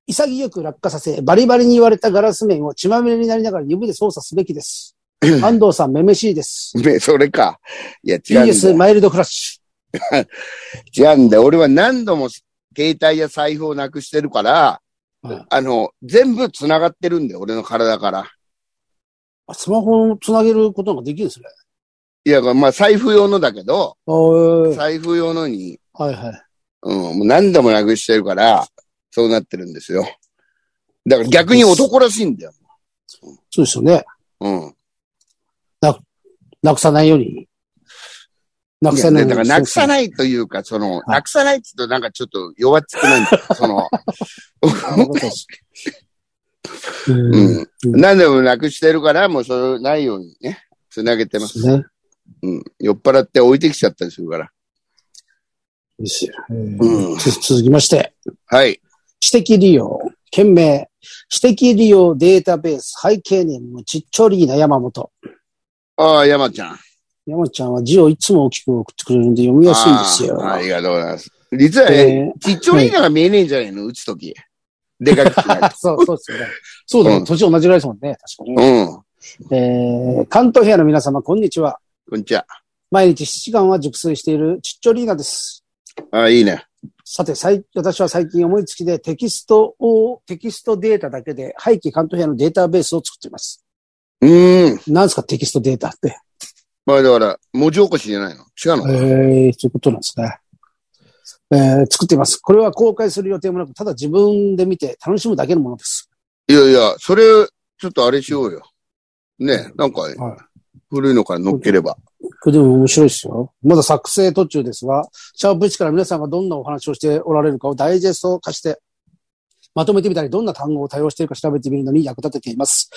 S1: 潔く落下させ、バリバリに言われたガラス面を血まみれになりながら指で操作すべき です。安藤さん、めめしいです。
S2: ね、それか。いや、違うんだ
S1: PS
S2: よ。
S1: マイルドクラッシ
S2: 違うんだよ。俺は何度も携帯や財布をなくしてるから、
S1: うん
S2: あの、全部繋がってるんだよ、俺の体から。
S1: ュ。あスマホをつなげることができるんですね。
S2: いや、まあ、財布用のだけど、
S1: はい
S2: 財布用のに、
S1: はい。
S2: うん、もう何度もなくしてるから、そうなってるんですよ。だから逆に男らしいんだよ。
S1: そうですよね。
S2: うん。
S1: なくさないように。なくさない
S2: いやねだからなくさ
S1: い。
S2: ないというか、その、
S1: い
S2: なくさないって言うとなんかちょっと弱っちくないんだよ。その、
S1: そういうことですうん。
S2: うん。何でもなくしてるから、もうそれないようにね、繋げてます。
S1: ね。
S2: うん。酔っ払って置いてきちゃったりするから。
S1: ですよえー
S2: うん
S1: つ続きまして。
S2: はい。
S1: 私的利用、件名、私的利用データベース、背景年もちっちょりーな山本。
S2: ああ、山ちゃん。
S1: 山本ちゃんは字をいつも大きく送ってくれるんで読みやすいんですよ。
S2: ああありがとうございます。実はね、
S1: えー
S2: ちっちょいのが見えねえんじゃないの打つとき。でかくて な
S1: あ
S2: い。
S1: そう、そうですよね。そうだね、
S2: うん
S1: 年同じぐらいですもんね、確かに。
S2: うん。
S1: えー関東部屋の皆様、こんにちは。
S2: こんにちは。
S1: 毎日7時間は熟睡しているちっちょりーなです。
S2: ああ、いいね。
S1: さて、最私は最近思いつきでテキストを、テキストデータだけで背景関東部屋のデータベースを作っています。
S2: うーん。
S1: 何ですか、テキストデータって。
S2: まあだから、文字起こしじゃないの違うの、
S1: ええそういうことなんですね。えー作っています。これは公開する予定もなく、ただ自分で見て楽しむだけのものです。
S2: いやいや、それ、ちょっとあれしようよ。ねなんか、古いのから乗っければ。
S1: これでも面白いですよ。まだ作成途中ですが、シャープ1から皆さんがどんなお話をしておられるかをダイジェスト化して、まとめてみたり、どんな単語を多用しているか調べてみるのに役立てています。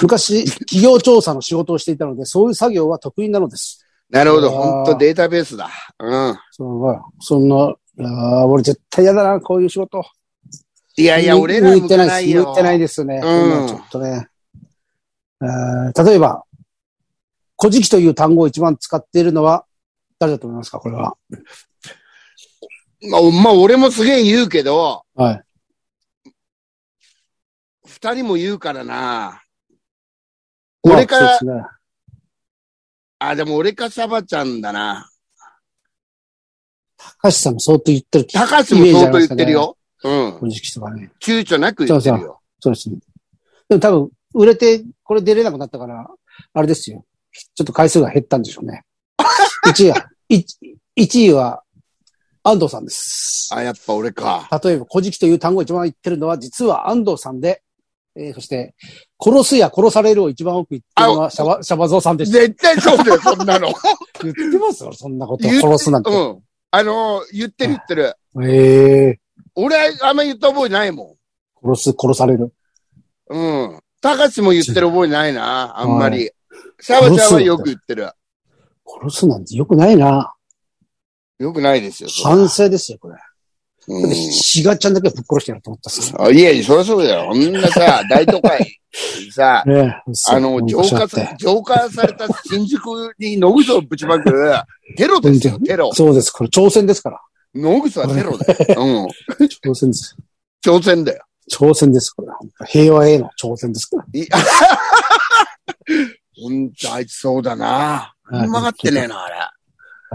S1: 昔、企業調査の仕事をしていたので、そういう作業は得意なのです。
S2: なるほど。
S1: あー
S2: ほんとデータベースだ。うん。
S1: そうそんな、あー俺絶対嫌だな、こういう仕事。
S2: いやいや、
S1: 向
S2: 俺ら
S1: 向いてないです。
S2: よ
S1: 向いてないですね。
S2: うん
S1: ちょっとね。あー例えば、古事記という単語を一番使っているのは、誰だと思いますかこれは。
S2: まあ、まあ、俺もすげえ言うけど、
S1: はい。
S2: 二人も言うからな。俺か
S1: まあ
S2: ら
S1: そ、うですね。
S2: あ、でも俺かサバちゃんだな。
S1: 高橋さんも相当言ってる。
S2: 高橋も相当言ってるよ。うん。
S1: 古事記とかね。
S2: 躊躇なく言ってるよ。
S1: そうですね。でも多分、売れて、これ出れなくなったから、あれですよ。ちょっと回数が減ったんでしょう ね。1位は、1位は、安藤さんです。
S2: あ、やっぱ俺か。
S1: 例えば、古事記という単語を一番言ってるのは、実は安藤さんで、えーそして、殺すや殺されるを一番多く言ってるのはシャバ、シャバゾウさんでした。
S2: 絶対そうだよ、そん なの。
S1: 言ってますよ、そんなこと。
S2: 言って
S1: 殺すなんて。
S2: うん。あのー言ってる言ってる。
S1: ええ
S2: 俺、あんま言った覚えないもん。
S1: 殺す、殺される。
S2: うん。高橋も言ってる覚えないな、あんまり。シャバちゃんはよく言ってる。
S1: 殺すなんて良くないな。
S2: よくないですよ。それ
S1: 反省ですよ、これ。だって
S2: う
S1: シガちゃんだけぶっ殺してやると思ったっす
S2: ん。あいやいや、そりゃそうだよ。こんな さ、大都会、さ、
S1: ね。ねえ
S2: あの、浄化さ、浄化された新宿に野口をぶちまく、テロですよ、テロ。
S1: そうです。これ挑戦です から。
S2: 野口はテロだよ。うん。
S1: 挑戦です。
S2: 挑戦だよ。
S1: 挑戦です。これは平和への挑戦ですから。
S2: いほんと、あいつそうだな。
S1: はい
S2: 曲がってねえな、あれ。
S1: や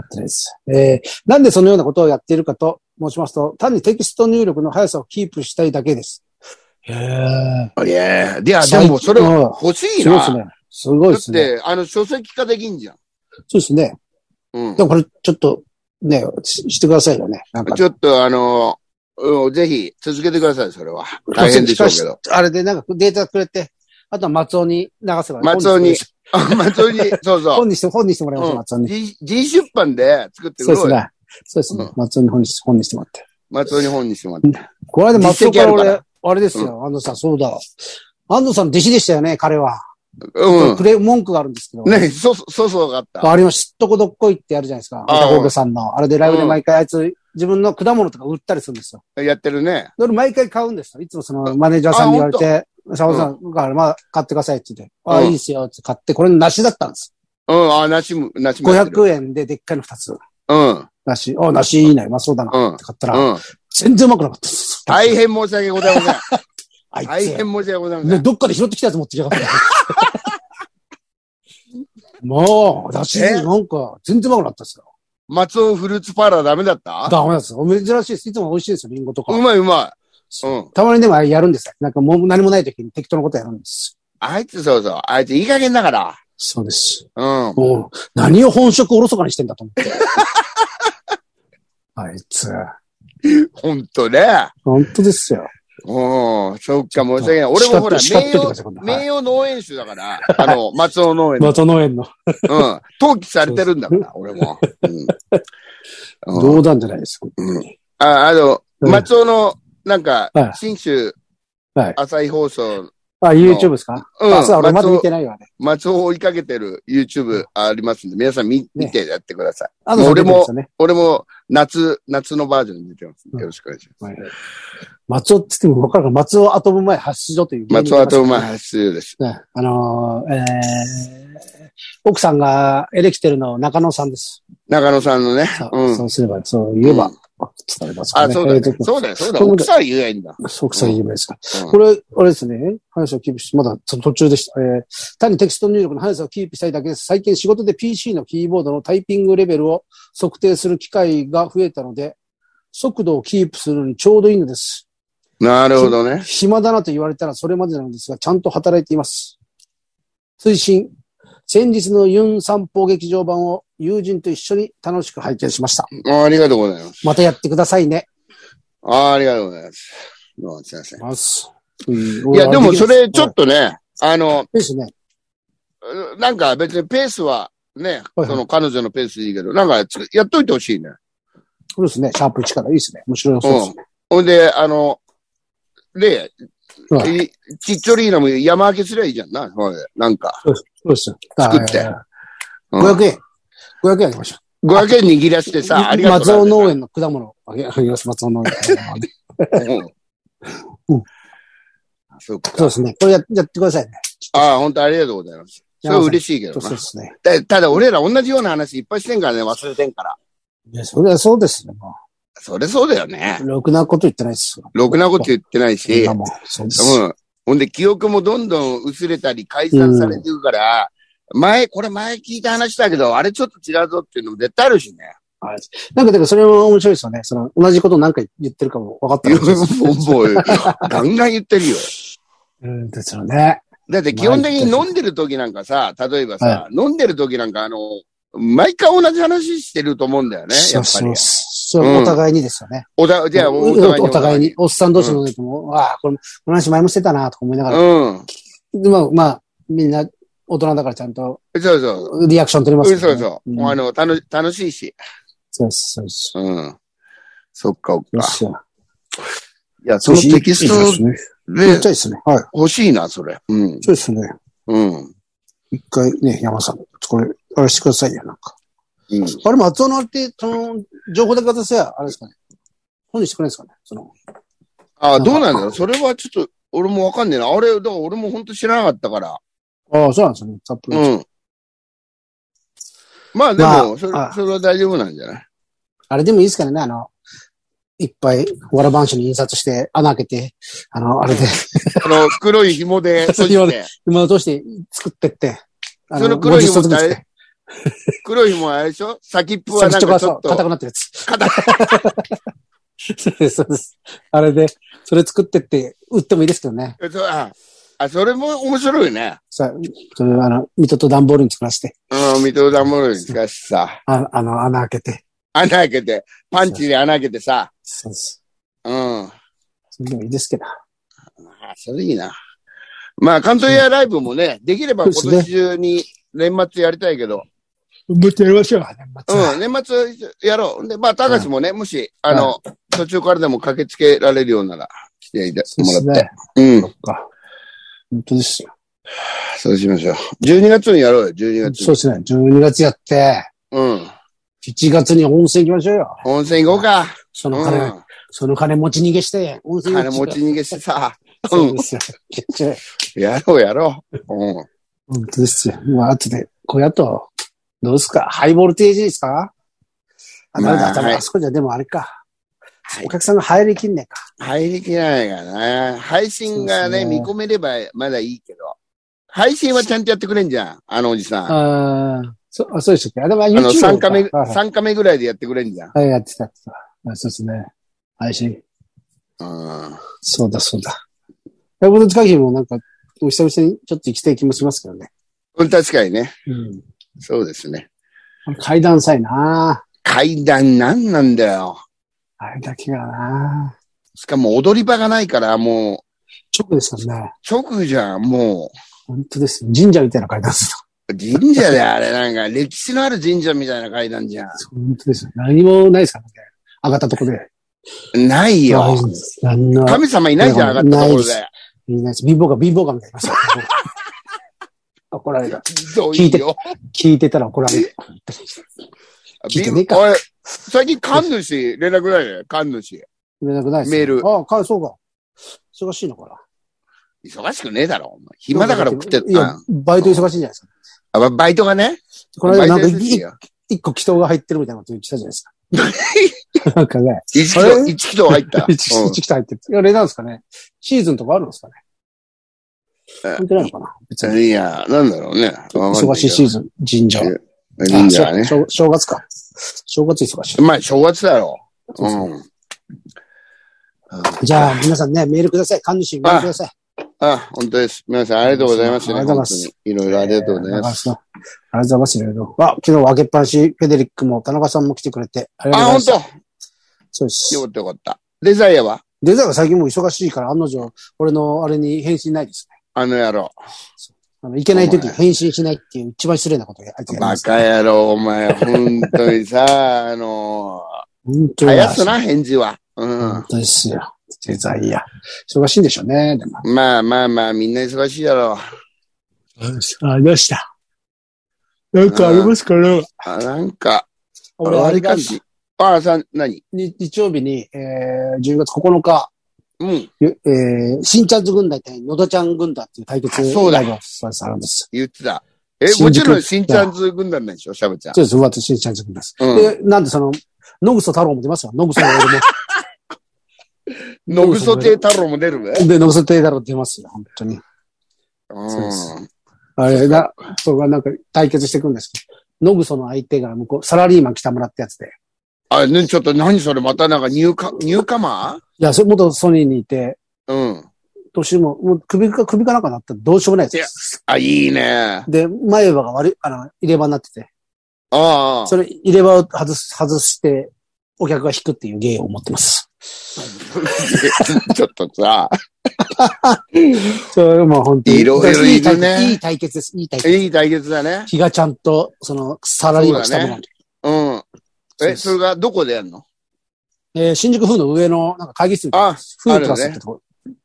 S1: ってないです。えーなんでそのようなことをやっているかと申しますと、単にテキスト入力の速さをキープしたいだけです。へえ。
S2: いやいや、でもそれ
S1: うん
S2: 欲しい
S1: すごいです
S2: な。
S1: ね。すごい
S2: だ
S1: で
S2: っ
S1: すね。
S2: て、あの、書籍化できんじゃん。
S1: そうですね。
S2: うん
S1: で。もこれ、ちょっと、ね、ししてくださいよね。なんか、
S2: ちょっと、あの、うんぜひ、続けてください、それは。大変でしょうけど。
S1: あれでなんかデータくれて、あとは松尾に流せば、
S2: 松尾に
S1: 本して
S2: あ、まあ、それに、そうそう。
S1: 本にして、本にしてもらいましょう、松尾
S2: うん、
S1: に。
S2: G, G 出版で作ってく
S1: そう
S2: れ
S1: ですね。そうです
S2: う
S1: ね
S2: ん。
S1: 松尾に本にして、本にしてもらって。
S2: 松尾に本にしてもらって。
S1: これで松尾から
S2: 実績ある
S1: 俺、あれですよ、安藤さん、そうだ。安藤さんの弟子でしたよね、彼は。
S2: う
S1: クレ文句があるんですけど。
S2: ん。ね、そう、そうそうがあった。
S1: あります。知っとこどっこいってやるじゃないですか。
S2: あ
S1: あたさんの。あれでライブで毎回あいつ、自分の果物とか売ったりするんですよ。
S2: やってるね。
S1: で俺毎回買うんですよ。いつもそのマネージャーさんに言われて、サボさんから、まあ、買ってくださいって言って、あ、
S2: うん
S1: いいですよって買って、これ梨だったんです。
S2: うん、あ、なしむ、なしむ。
S1: 500円ででっかいの2つ。
S2: うん、
S1: 梨、あ、梨いいな、うまそうだな
S2: うん
S1: って買ったら、
S2: うん。
S1: 全然うまくなかったです。
S2: 大変申し訳ご ざいません。
S1: あいつ。
S2: 大変申し訳ございませ
S1: ね、
S2: ん。
S1: どっかで拾ってきたやつ持ってきやがった。 もう、梨、
S2: え
S1: なんか、全然うまくなかったですよ。
S2: 松尾フルーツパーラーダメだった
S1: ダメなんですよ。珍しいです。いつも美味しいですよ、リンゴとか。
S2: うまいうまい。うん。
S1: たまにでもあれやるんですよ。なんかもう何もない時に適当なことやるんです。
S2: あいつそうそう。あいついい加減だから。
S1: そうです。
S2: うん。
S1: もう、何を本職おろそかにしてんだと思 って。あいつ、
S2: ほんとね。
S1: 本当ですよ。
S2: うん。そっか、申し訳ない。俺もほら、
S1: 叱っ
S2: 名
S1: といてくだ
S2: 誉
S1: さい、今度はい
S2: 名誉農園主だから。あの、松尾農園の。
S1: 松尾農園の
S2: うん。登記されてるんだから、俺も。うん。うん
S1: 冗談じゃないです。
S2: うんあ、あの、
S1: うん
S2: 松尾の、なんか
S1: はい、
S2: 新州
S1: はい、
S2: 朝日放送、
S1: あ、YouTube ですか
S2: う
S1: あ、そう、俺
S2: ん、
S1: ま
S2: 松
S1: だ見
S2: 尾、
S1: てないわね。
S2: 松尾を追いかけてる YouTube ありますんで、皆さん見見てやってください。
S1: あの、
S2: 俺も
S1: そうです
S2: 俺も、夏、夏のバージョンに出てますん
S1: うん
S2: で。よろしくお願いしま
S1: よ
S2: す。
S1: ねはい松尾って言っても分かるか松尾アトム前発祥という。
S2: 松尾と馬発出です。
S1: ね。あのー、えー、奥さんがエレキテルの中野さんです。
S2: 中野さんのね。
S1: そう,、
S2: うん
S1: そうすれば、そう言えば、
S2: うん
S1: 伝わりますから
S2: あ、
S1: ね。
S2: そうだ
S1: えーと
S2: ね。そうだよ、そうだ。
S1: そうだ
S2: 奥さん言えばいいんだ。
S1: そうくさ有名ですか。
S2: うん
S1: これ、あれですね。話をキープし、まだ途中でした。えー単にテキスト入力の速さをキープしたいだけです。最近仕事で PC のキーボードのタイピングレベルを測定する機会が増えたので、速度をキープするのにちょうどいいのです。
S2: なるほどね。
S1: 暇だなと言われたらそれまでなのですが、ちゃんと働いています。推進。先日のユン散歩劇場版を友人と一緒に楽しく拝見しました。
S2: あありがとうございます。
S1: またやってくださいね。
S2: ああありがとうございます。どうもすいません。
S1: ます。
S2: い
S1: い
S2: や、でもそれちょ
S1: と
S2: っ。とね、あの、
S1: ですね。
S2: なんか別にペースはね、
S1: はい
S2: その彼女のペースでいいけど、なんかつやっといてほしいね。
S1: そうですね。シャープ力いいですね。面白いそうですね。
S2: ほんで、あの、で、
S1: はい
S2: ちっちょりーなも山分けすりゃいいじゃんな。ほいでなんか、
S1: そうですよ。
S2: 作ってうん
S1: 500円。500円あげましょ
S2: 500円握らして
S1: う。
S2: さ、ありが
S1: 松
S2: と
S1: 尾
S2: うござ
S1: 農
S2: い
S1: 園の果物をあげあげます。松尾農園の果物を
S2: ます。うん
S1: うん
S2: そうか。
S1: そうですね。これややってくださいね。
S2: ああ、本当ありがとうございます。それは嬉しいけ
S1: そ
S2: ど
S1: うそう
S2: な
S1: で。すね。
S2: たただ、俺ら同じような話いっぱいしてんからね、忘れてんから。
S1: いや、それはそうですね。も
S2: それそうだよね
S1: う。ろくなこと言ってないですよ。
S2: ろくなこと言ってないし、
S1: 今
S2: う
S1: もう。そうです。
S2: ん。ほんで、記憶もどんどん薄れたり、解散されていくから、前、これ前聞いた話だけど、あれちょっと違うぞっていうのも絶対あるしね。
S1: なんか、でもそれも面白いですよね。その、同じこと何回言ってるかも分かったら面白いです。
S2: もう、もうガンガン言ってるよ。
S1: うん、ですよね。
S2: だって基本的に飲んでる時なんかさ、例えばさ、
S1: は
S2: 飲んでる時なんかあの、毎回同じ話してると思うんだよね、や
S1: そ
S2: っ
S1: う
S2: ぱ
S1: そ
S2: り
S1: う。そう
S2: うん
S1: お互いにですよね。
S2: おた、じゃあ、
S1: お
S2: お互いに。
S1: お互いに。。おっさん同士の時も、ああ、これ、この話前もしてたな、とか思いながら。
S2: うん。
S1: でまあ、まあ、みんな大人だからちゃんと
S2: そうそう。
S1: リアクション取ります
S2: う
S1: よ
S2: ん、
S1: ね。
S2: そうそう。
S1: ん
S2: あの、楽し、楽しいし。
S1: そうです、そうです。
S2: うん。そっか、そっ
S1: よっ
S2: か。
S1: しゃ。
S2: いや、そのテキス
S1: いいで
S2: ト
S1: すね。めっ
S2: で
S1: ちゃいいですね。はい。
S2: 欲しいな、それ。うん。
S1: そうですね。
S2: うん。
S1: 一回ね、山さん、これ、あれしてくださいよ、なんか。
S2: うん。
S1: あれ、松尾のあれって、その、情報だけ渡せば、あれですかね。本にしてくれないですかねその、
S2: ああ、どうなんだろうそれはちょっと、俺もわかんねえな。あれ、だから俺も本当知らなかったから。
S1: ああ、そうなんですよね。サップリ、
S2: うん。まあで
S1: まあ
S2: も、それ
S1: あ
S2: それは大丈夫なんじゃない
S1: あれでもいいですからね、あの、いっぱい、わらばんしに印刷して、穴開けて、あの、あれで、
S2: あの、 黒い紐で閉じ
S1: 紐
S2: て、
S1: 今を通して作ってって、あ
S2: その黒い
S1: 50冊
S2: 紐
S1: ぐ
S2: っ
S1: ら
S2: てあ
S1: い作っ
S2: れ
S1: て、
S2: 黒い紐はあれでしょ先っぽはなん
S1: 先っちょ
S2: か
S1: が
S2: ち
S1: そ
S2: ょっ
S1: う硬
S2: と、
S1: くなってるやつ。
S2: 硬
S1: そうです、 そうです。あれで、それ作ってって、売ってもいいですけどね。
S2: そうああ、それも面白いね。
S1: さ、それあの、水戸と段ボールに作らせて、
S2: うん、ミトダモルにしかしさ、
S1: ああの、穴開けて。
S2: 穴開けて、パンチで穴開けてさ、
S1: そうです。
S2: うん。あ
S1: それでもいいですけど。
S2: あそれいいな。まあ、関東エアライブもね、できれば今
S1: そうで
S2: 年中に年末やりたいけど、
S1: ぶってやりましょう。年末は
S2: うん、年末やろう。で、まあ、高橋もね、もし、あの、途中からでも駆けつけられるようなら、来ていた
S1: そうです
S2: もらって。
S1: ね。
S2: うん、
S1: か本当ですよ。
S2: そうしましょう。12月にやろうよ、12月
S1: そう
S2: に。
S1: ですね。12月やって、
S2: うん。
S1: 1月に温泉行きましょうよ。
S2: 温泉行こうか。
S1: そうの金、
S2: ん。
S1: その金持ち逃げして、温泉
S2: 金持
S1: ち
S2: ち逃げしてさ、
S1: そうですよ。
S2: やろうやろう。うん。
S1: 本当ですよ。まあ、後で、これあと、どうですかハイボルテージですかあ、ダメ
S2: ま
S1: だ、
S2: あ
S1: ダメ
S2: はい
S1: だ。あそこじゃでもあれか
S2: は。い
S1: お客さんが入りきんねえか。
S2: 入りきらないからね。配信が
S1: そ
S2: ね、
S1: うですね
S2: 見込めればまだいいけど。配信はちゃんとやってくれんじゃん、あのおじさん。あ
S1: ああ、そあそうでしたっけあ、でも YouTube
S2: の、3
S1: か
S2: カメ、
S1: はいはい
S2: 三カメぐらいでやってくれんじゃん。
S1: はい、やってた、やってた。あそうですね。配信。
S2: うん。
S1: そうだ、そうだ。ライブの会議もなんか、お久々にちょっと行きたい気もしますけどね。
S2: うん確かにね。
S1: うん。
S2: そうですね。
S1: 階段さえな
S2: 階段なんなんだよ。
S1: あれだけがな
S2: しかも踊り場がないから、も
S1: 直ですからね。
S2: う、直じゃん、も
S1: 本当です。神社みたいな階段です
S2: う。神社 であれ、なんか、歴史のある神社みたいな階段じゃ
S1: 本当です。何もないですからね。上がったとこで。
S2: ん。ない
S1: い
S2: よ。
S1: ないです。何の、
S2: 神様いないじゃん、上がったとこ
S1: な
S2: ろで。
S1: いないです。貧乏が貧乏がみたいな。 怒られた。
S2: ひどいよ。
S1: 聞いてたら怒られる。聞いてねえか
S2: おい最近、神主、連絡ないね。神主。
S1: 売れなくないです。
S2: メール
S1: ああ、か、そうか。忙しいのかな。
S2: 忙しくねえだろ。お前暇だから食って
S1: いや
S2: た。、
S1: バイト忙しいんじゃないですか。
S2: あばバイトがね。
S1: この間なんか
S2: バイトです
S1: 一
S2: よ
S1: 一個祈祷が入ってるみたいなこと言ってたじゃないで すか。なんかね、
S2: 一キ
S1: あ
S2: ロ、
S1: れ
S2: 一キロ入った。
S1: 一
S2: うん
S1: 一祈祷入ってる。いやあれなんですかね。シーズンとかあるんですかね。
S2: え
S1: 関係ないのかな別に。
S2: いや、なんだろうね。
S1: 忙しいシーズン、神社は。
S2: ン。いいんだ
S1: あ
S2: ね。
S1: そう正正月か。正月忙しい。
S2: まあ、正月だろう。
S1: そうそう
S2: うん。
S1: じゃあ、皆さんね、メールください。神主にメールください。
S2: あ、本当です。皆さん、ありがとうございます、ね。
S1: ありがとうございます
S2: 本当に。いろいろありがとうございます。
S1: す。ありがとうございます。いろいろ。あ、昨日は開けっぱなし、フェデリックも田中さんも来てくれて、ありが
S2: あ、
S1: とうご
S2: 本
S1: ざいま
S2: 当
S1: す。そうで
S2: よか
S1: す。
S2: ったよかった。デザイアは
S1: デザインが最近もう忙しいから、案の定、俺のあれに返信ないですね。
S2: あの野郎。
S1: あの、いけない
S2: お
S1: 時
S2: 前
S1: 返信しないっていう一番失礼なことやって
S2: バ
S1: ます。
S2: カ野郎、お前。本当 にさ、あの
S1: 本当
S2: ー、
S1: に。
S2: 早すな、返事は。うん
S1: 本。当ですよ。デザインや。忙しいんでしょうね、でも。
S2: まあまあまあ、みんな忙しいだろう。
S1: ありました。なん
S2: かあります
S1: かね
S2: あ、なんか、
S1: 俺、あれがあるんだ
S2: し。あ、さ、何
S1: に日曜日に、えー、10月9日、
S2: うん。
S1: ゆえー、新チャンズ軍団対野田ちゃん軍団っていう対決
S2: あそうだ
S1: ライブがあるんです。
S2: 言ってた。え、
S1: 新宿
S2: もちろん、新ちゃんズ軍団なんでしょ、シャブちゃん。
S1: そうです、私、新チャンズ軍団です。
S2: うん。
S1: で、なんでその、野草太郎も出ますよ。野草太郎
S2: 野ぐそ亭太郎も出る
S1: も。 で、野草太郎出ますよ、本当に。
S2: うん。
S1: そうですあれが、そうがなんか対決していくんですけど、野草の相手が向こう、サラリーマン北村ってやつで。
S2: あ、ね、ちょっと何それ、またなんかニューカ、ニューカマ
S1: いや、それ元ソニーにいて、
S2: ーうん。
S1: 年も、もう首か、首かなんかなったらどうしようもないやつです。
S2: あ、いいね。
S1: で、前歯が悪い、あの、入れ歯になってて、
S2: ああ
S1: そ。れ入れ歯を外す、外して、お客が引くっていう芸を持ってます。
S2: ちょっとさ、
S1: それもう本当に。
S2: いろいろいるね
S1: いい対決いい対決です。いい対決。
S2: いい対決だね。
S1: 比嘉ちゃんと、その、サラリーマンしたもの、
S2: うん。
S1: そう
S2: え、
S1: です
S2: それがどこでやるの
S1: えー新宿風の上の、なんか会議室みたいな。
S2: あ、
S1: 風プラスってとこ。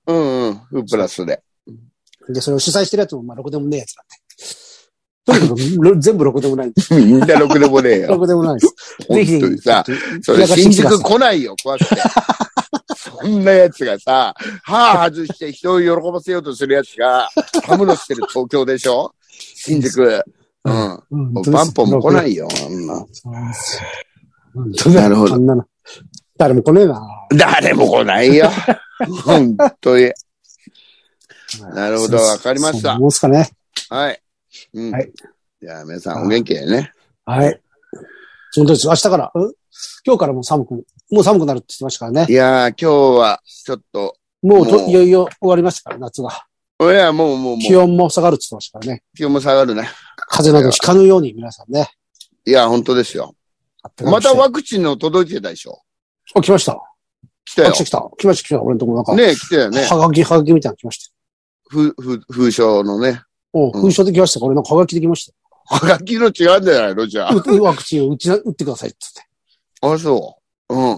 S2: うんうん。フープラスで。
S1: で、それを主催してるやつも、まあ、ろくでもねえやつなんで。と にかくろ全部ろくでもないんです。
S2: みんなろくでもねえ
S1: ろ
S2: よ。
S1: くでもないです。ぜ
S2: 本
S1: ひぜ
S2: 当に
S1: ひ。
S2: さ、
S1: ちょっと
S2: それ
S1: 冷やかして
S2: 新
S1: みてくださ
S2: 宿
S1: い
S2: 来ないよ、怖くて。そんな奴がさ、歯外して人を喜ばせようとする奴が、たむろしてる東京でしょ新宿。うん。
S1: うん本当
S2: もう
S1: です
S2: バンポンも来な
S1: ろ
S2: いよ、あんな
S1: く。そうなんですよ本当だ
S2: なるほど
S1: あんなの誰も来ねえな。
S2: 誰も来な いよ。本当に。なるほど
S1: そう
S2: わかりました
S1: そう思うんすかね。
S2: はい。うん。
S1: はい
S2: じゃあ皆さんお元気でね。
S1: はい。本当です。明日から、うん今日からもう寒く、もう寒くなるって言ってましたからね
S2: い。やー、今日はちょっと、
S1: もうと
S2: もう
S1: いよいよ終わりましたから、夏が。
S2: 俺はもうもう
S1: 気
S2: もう、
S1: 温も下がるって言ってましたからね。
S2: 気温も下がるね。
S1: 風邪などひかぬように皆さんね。
S2: いや、本当ですよ。またワクチンの届いてたでしょ
S1: あ、来ました。
S2: 来た
S1: あ
S2: よ
S1: 来。た来た。来ました来た。俺のとこなんか。
S2: ねえ来たよね。
S1: はがき、はがきみたいなの来ました。
S2: ふ、ふ、封書のね。
S1: おう
S2: うん
S1: 封書できました。これなんかはがきできまし
S2: はがきの違うんじゃないのじゃ
S1: た。
S2: あ。
S1: ううワクチンを打ちな打ってくださいって
S2: あ、そう。うん。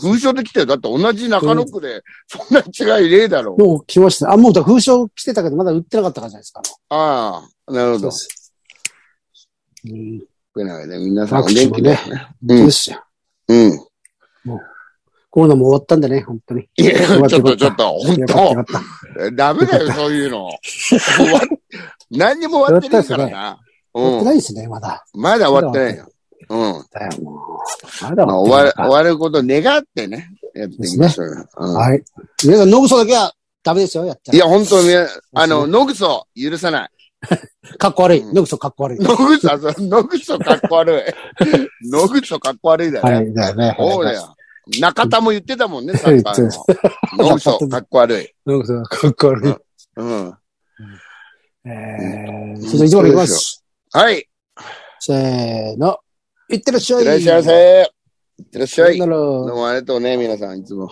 S2: 封書で来たよ。だって同じ中野区で、そんな違いねえだろ
S1: 言って。もう来ましたね。あ、もうだから封書来てたけど、まだ打ってなかったからじゃないですか。
S2: ああ、なるほ
S1: そう
S2: ど
S1: で。す。うん。
S2: というわけで皆さん
S1: ワ
S2: お
S1: クチンも
S2: 元気で
S1: ね。。
S2: うん
S1: そうですよ。
S2: うん。
S1: コロナも終わったんでね、本当に。
S2: いや、ち
S1: よ
S2: ょ
S1: か
S2: ったとちょっと、本
S1: よかった
S2: 当
S1: よかっ
S2: ダメ だよ、そういうの。終わっ何にも終わってないからな。
S1: た。やって
S2: う。
S1: なんいですね、まだ。
S2: まだ終わってないよ。うん。
S1: だよ、もう。まだ
S2: まあ、
S1: 終
S2: 終わ
S1: わ
S2: る
S1: っ、てない
S2: 終わることを願ってね、やっていきましょうよ。うん
S1: はい。皆さん、ノグソだけはダメですよ、やった
S2: い
S1: ら。
S2: や、本当に、あの、ノグソ、許さない。
S1: かっこ悪い。
S2: うん
S1: ノグソかっこ悪い。
S2: ノグソ、そうノグソかっ こ悪い。ノグソかっこ悪いだ
S1: は
S2: よね。
S1: い、だよね。
S2: そうだ
S1: はい
S2: よ。中田も言ってたもんね、サッカーの
S1: そ。
S2: ノグソかっこ悪い。
S1: ノグソかっこ悪い。
S2: うん。
S1: えー、それではいつものいきます。
S2: はい。いっ
S1: せーの。いってらっしゃい。
S2: てらっしゃいませ。いってらっしゃい。
S1: さよなら
S2: どうもありがとうね、皆さん、いつも。